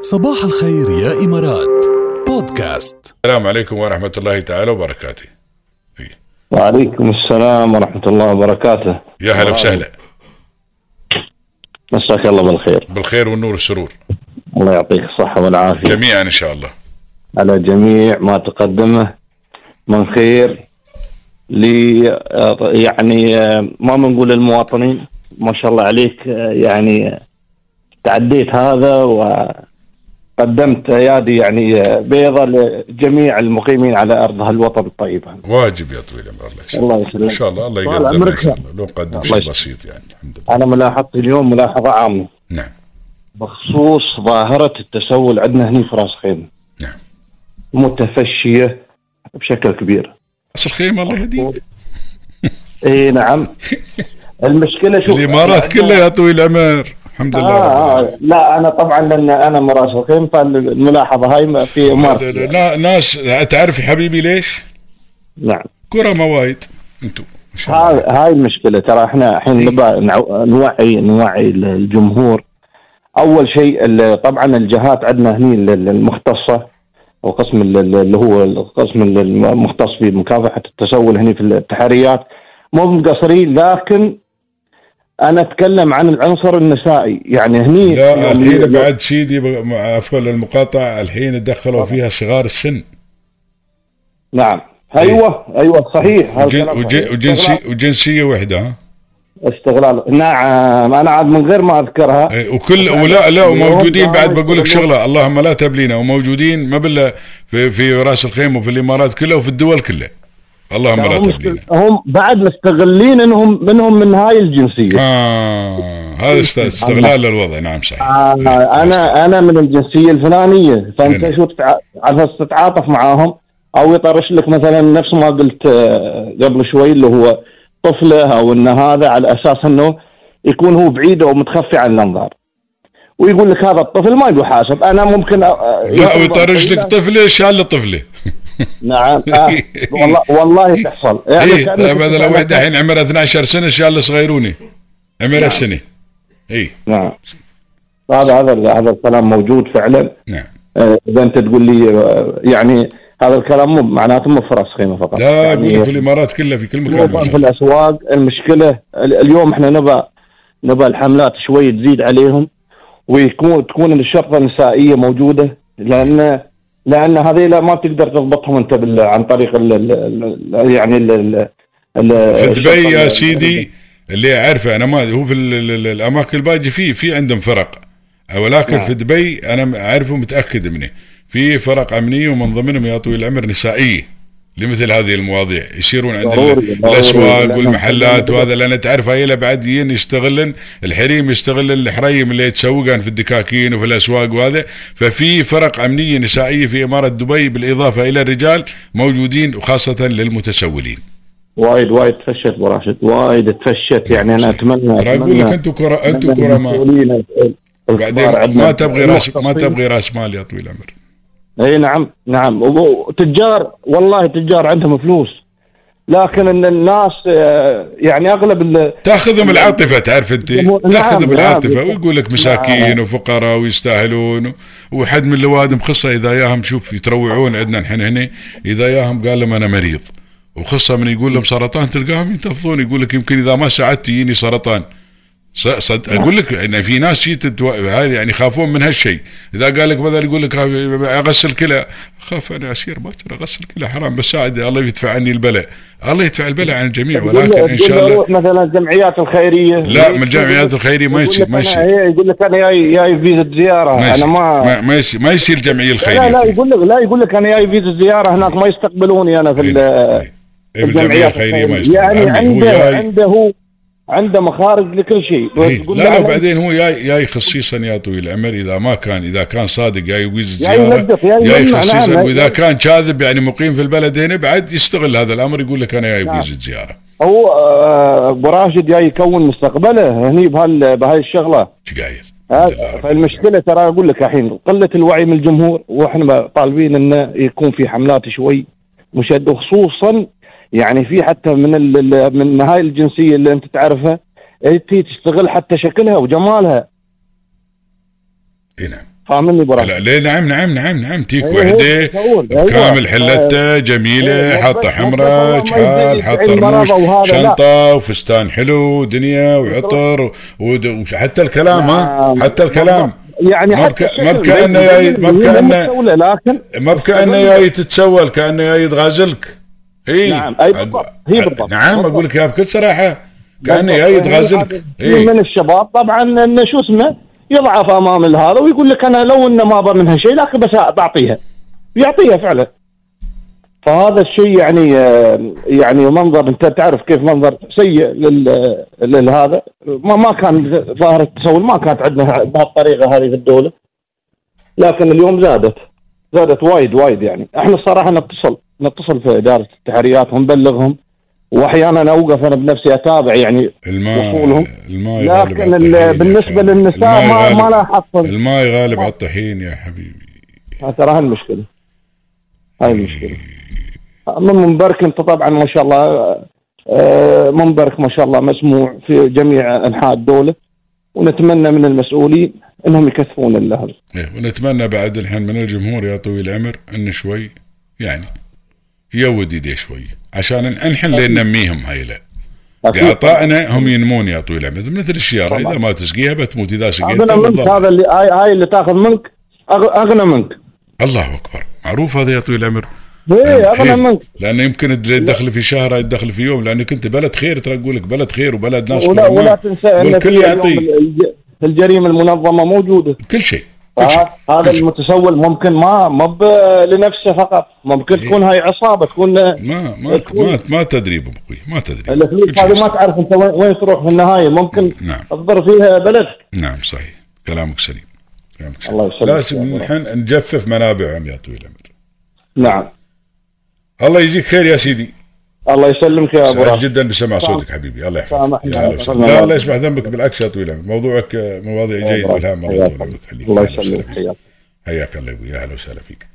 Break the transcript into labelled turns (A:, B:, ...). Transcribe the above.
A: صباح الخير يا إمارات بودكاست
B: السلام عليكم ورحمة الله تعالى وبركاته إيه.
C: وعليكم السلام ورحمة الله وبركاته
B: يا هلا وسهلا
C: مساك الله بالخير
B: بالخير والنور والسرور
C: الله يعطيك الصحة والعافية
B: جميعا إن شاء الله
C: على جميع ما تقدمه من خير لي يعني ما بنقول للمواطنين ما شاء الله عليك يعني تعديت هذا وقدمت ايادي يعني بيضة لجميع المقيمين على ارض هالوطن الطيبة
B: واجب يا طويل العمر الله يسلمك إن
C: الله يسلمك
B: شاء الله الله
C: طال
B: يقدرنا إن
C: عمرك.
B: شاء الله لو قدم
C: الله
B: شيء
C: يسلمك.
B: بسيط يعني الحمد لله
C: انا ملاحظتي اليوم ملاحظة عامة
B: نعم
C: بخصوص ظاهرة التسول عندنا هنا في راس خيمة
B: نعم
C: متفشية بشكل كبير
B: راس الخيمة الله يهديك
C: اي نعم المشكلة شوف
B: الإمارات
C: عندنا-
B: كلها يا طويل العمر الحمد لله رب
C: آه
B: العالمين.
C: آه لا انا طبعا لان انا من راس الخيم فالملاحظه هاي ما- في
B: لا- لا-
C: امارتي
B: لا- ناس تعرف يا حبيبي ليش؟
C: نعم
B: كرة موايد انتم ان شاء
C: هاي
B: الله
C: هاي المشكله ترى احنا الحين
B: إيه.
C: نبغى نع- نوعي نوعي الجمهور اول شيء ال- طبعا الجهات عندنا هني ال- ال- المختصه وقسم ال- ال- اللي هو القسم ال- المختص بمكافحه التسول هني في التحريات مو مقصرين لكن انا اتكلم عن العنصر النسائي يعني هني
B: لا الحين بعد سيدي ب- مع- عفوا المقاطعة الحين دخلوا فيها صغار السن
C: نعم ايوه ايوه صحيح هذا
B: وجن
C: كلام
B: وجن
C: صحيح.
B: وجنسي وجنسيه واحده ها
C: استغلال نعم انا عاد من غير ما اذكرها
B: إيه، وكل ولا لا وموجودين بعد بقول لك شغله اللهم لا تبلينا وموجودين ما بالله في, في راس الخيم وفي الامارات كلها وفي الدول كلها اللهم لا
C: هم,
B: تبلينا
C: است- هم بعد مستغلين انهم منهم من هاي الجنسيه
B: اه هذا است- استغلال للوضع نعم صحيح
C: آه
B: إيه، است-
C: انا انا من الجنسيه الفلانيه
B: نعم.
C: فانت شو تتع- على أساس تتعاطف معاهم او يطرش لك مثلا نفس ما قلت آه، قبل شوي اللي هو طفله او ان هذا على اساس انه يكون هو بعيد او متخفي عن الانظار ويقول لك هذا الطفل ما يحاسب انا ممكن أ-
B: لا ويطرش لك طفله شال طفله
C: نعم آه. والله
B: إيه.
C: والله تحصل يعني
B: اي
C: كأنك
B: مثلا
C: تتكلم-
B: واحده الحين عمرها 12 سنه شال له صغيروني إيه، عمرها سنه اي
C: نعم هذا هذا ال- هذا الكلام موجود فعلا
B: نعم
C: آه، اذا انت تقول لي آه، يعني هذا الكلام مو معناته مو في راس خيمه فقط
B: لا اقول لك في
C: يعني
B: الامارات كلها في كل مكان
C: موضوع
B: ما شاء
C: في
B: الله.
C: الاسواق المشكله ال- اليوم احنا نبى نبى الحملات شوي تزيد عليهم ويكون تكون الشرطه النسائيه موجوده لان لان هذيلا ما تقدر تضبطهم انت بال- عن طريق ال ال ال يعني ال ال ال-
B: في دبي
C: الشرطة
B: يا
C: ال-
B: سيدي اللي اعرفه انا ما هو في ال- ال- ال- الاماكن الباقي في في عندهم فرق ولكن
C: نعم.
B: في دبي انا اعرفه متاكد منه في فرق امنيه ومن ضمنهم يا طويل العمر نسائيه لمثل هذه المواضيع يصيرون عند ال-
C: ضروري- ضروري.
B: الاسواق
C: لأن-
B: والمحلات وهذا لان تعرف هاي لا بعد ين يستغلن الحريم يستغلن الحريم اللي يتسوقن في الدكاكين وفي الاسواق وهذا ففي فرق امنيه نسائيه في اماره دبي بالاضافه الى الرجال موجودين وخاصه للمتسولين.
C: وايد وايد تفشت ابو راشد وايد تفشت يعني انا اتمنى
B: ترى اقول لك انتم كره انتم كره ما بعدين ما تبغي راس ما تبغي راس مال يا طويل العمر
C: اي نعم نعم و- وتجار والله تجار عندهم فلوس لكن ان الناس آه، يعني اغلب ال-
B: تاخذهم العاطفه تعرف انت
C: نعم،
B: تاخذهم
C: نعم.
B: العاطفه ويقول لك مساكين
C: نعم.
B: وفقراء ويستاهلون و- وحد من الوادم خصه اذا ياهم شوف يتروعون عندنا نحن هنا اذا ياهم قال لهم انا مريض وخصه من يقول لهم سرطان تلقاهم ينتفضون يقول لك يمكن اذا ما ساعدت يجيني سرطان ص- صد اقول لك ان في ناس جيت تتو- هاي يعني يخافون من هالشيء اذا قال لك مثلا يقول لك ها- اغسل كلى خاف انا اصير باكر اغسل كلى حرام بساعد الله يدفع عني البلاء الله يدفع البلاء عن الجميع ولكن ان شاء الله
C: يقول له مثلا الجمعيات الخيريه
B: لا من الجمعيات الخيريه ما
C: إيه؟ يقول
B: يصير
C: لك
B: ما
C: أنا-
B: يصير
C: إيه، يقول لك انا جاي جاي فيزا زياره
B: ما
C: انا
B: يصير
C: ما
B: ما- ما يصير ما يصير الجمعيه
C: لا لا
B: الخيريه
C: يقول لك لا يقول لك انا جاي فيزا زياره هناك ما يستقبلوني انا في ال-
B: إيه، إيه، الجمعيه الخيريه ما يصير
C: يعني
B: عمي، هو
C: عنده
B: جاي
C: عنده هو عنده مخارج لكل شيء
B: إيه،
C: تقول له
B: لا لا
C: أنا-
B: وبعدين هو جاي جاي خصيصا يا طويل العمر اذا ما كان اذا كان صادق جاي يويز
C: جاي
B: الزياره
C: ينظف، جاي
B: جاي
C: يجمع، نعم،
B: خصيصا
C: لا-
B: واذا كان كاذب يعني مقيم في البلد هنا بعد يستغل هذا الامر يقول لك انا جاي
C: نعم.
B: يويز الزياره
C: هو آه، ابو راشد جاي يكون مستقبله هني بهال بهاي الشغله
B: ايش قايل؟
C: آه،
B: الحمد لله رب
C: فالمشكله ترى اقول لك الحين قله الوعي من الجمهور واحنا طالبين انه يكون في حملات شوي مشد وخصوصا يعني في حتى من ال- ال- من هاي الجنسيه اللي انت تعرفها إيه، تي تشتغل حتى شكلها وجمالها
B: العالمين. إيه، نعم
C: فاهمني ابو راشد
B: لا ليه نعم نعم نعم نعم تيك
C: أيوة،
B: وحده
C: هيك بقول، أيوة.
B: بكامل حلته جميله
C: إيه،
B: حاطه
C: أيوه. بس-
B: حمراء
C: بس
B: جحال
C: والله
B: حاطه
C: المرض
B: رموش
C: وهذا، لا.
B: شنطه وفستان حلو ودنيا وعطر ود- وحتى الكلام ها
C: نعم.
B: حتى الكلام
C: يعني
B: ما
C: حتى
B: بك- ما
C: الشكل
B: بكأنه
C: ليس
B: جاي- ما
C: جميل، هي
B: بكأنه-
C: مستولة، لكن
B: ما بكانه جاي تتسول كانه جاي يتغازلك اي
C: نعم، أي بالضبط، هي بالضبط.
B: نعم اقول لك يا بكل صراحه كانه جاي يتغازلك
C: إيه؟
B: اي
C: من الشباب طبعا انه شو اسمه يضعف امام الهذا ويقول لك انا لو انه ما ابى منها شيء لكن بس بعطيها يعطيها فعلا فهذا الشيء يعني آه، يعني منظر انت تعرف كيف منظر سيء لل- للهذا ما ما كان ظاهر التسول ما كانت عندنا بهالطريقه هذه في الدوله لكن اليوم زادت زادت وايد وايد يعني احنا الصراحه نتصل نتصل في اداره التحريات ونبلغهم واحيانا اوقف انا بنفسي اتابع يعني
B: الماء
C: وصولهم.
B: الماء غالب
C: لكن
B: على
C: ال-
B: الطحين يا
C: بالنسبه
B: أخي.
C: للنساء
B: الماء
C: ما ما
B: غالب.
C: لا آه. حصل
B: الماء غالب على الطحين يا حبيبي
C: ترى هالمشكله هاي المشكله من منبرك انت طبعا ما شاء الله آه، منبرك ما شاء الله مسموع في جميع انحاء الدوله ونتمنى من المسؤولين انهم يكثفون اللهب
B: إيه، ونتمنى بعد الحين من الجمهور يا طويل العمر ان شوي يعني يود ايديه شوي عشان نحن اللي ننميهم هاي لا باعطائنا هم ينمون يا طويل العمر مثل الشياره
C: طبعاً.
B: اذا ما تسقيها بتموت اذا
C: اغنى
B: سقيتها
C: منك
B: بتضل.
C: هذا اللي هاي هاي اللي تاخذ منك أغ- اغنى منك
B: الله اكبر معروف هذا يا طويل العمر
C: ايه اغنى
B: إيه،
C: منك
B: لانه يمكن الدخل في شهر الدخل في يوم لانك انت بلد خير ترى اقول لك بلد خير وبلد ناس
C: ولا ولا
B: كرماء.
C: تنسى ان في
B: والكل
C: اليوم
B: يعطي
C: الج- الجريمه المنظمه موجوده
B: كل شيء كل شيء
C: آه، هذا
B: كل شيء.
C: المتسول ممكن ما ما ب- لنفسه فقط ممكن
B: إيه.
C: تكون هاي عصابه تكون
B: ما ما ما, ما تدري ابو أخوي، ما تدري كل
C: الفلوس
B: شيء
C: هذه ما
B: يصير.
C: تعرف انت وين- وين تروح في النهايه ممكن
B: نعم.
C: تضر فيها بلدك
B: نعم صحيح كلامك سليم كلامك سليم
C: الله يسلمك يا
B: لازم
C: أبو
B: نحن نجفف منابعهم يا طويل العمر
C: نعم
B: الله يجزيك خير يا سيدي
C: الله يسلمك يا ابو
B: سعيد
C: راشد
B: جدا بسماع صوتك حبيبي الله يحفظك
C: سامحني
B: يا
C: على
B: هلا وسهلا.
C: الفضل.
B: لا لا يسمح ذنبك بالعكس يا طويل العمر موضوعك آه، مواضيع جيده والهام الله يطول عمرك خليك
C: الله
B: أهلا وسهلا
C: يسلمك
B: فيك.
C: حياك
B: حياك الله يا أبوي، يا اهلا وسهلا فيك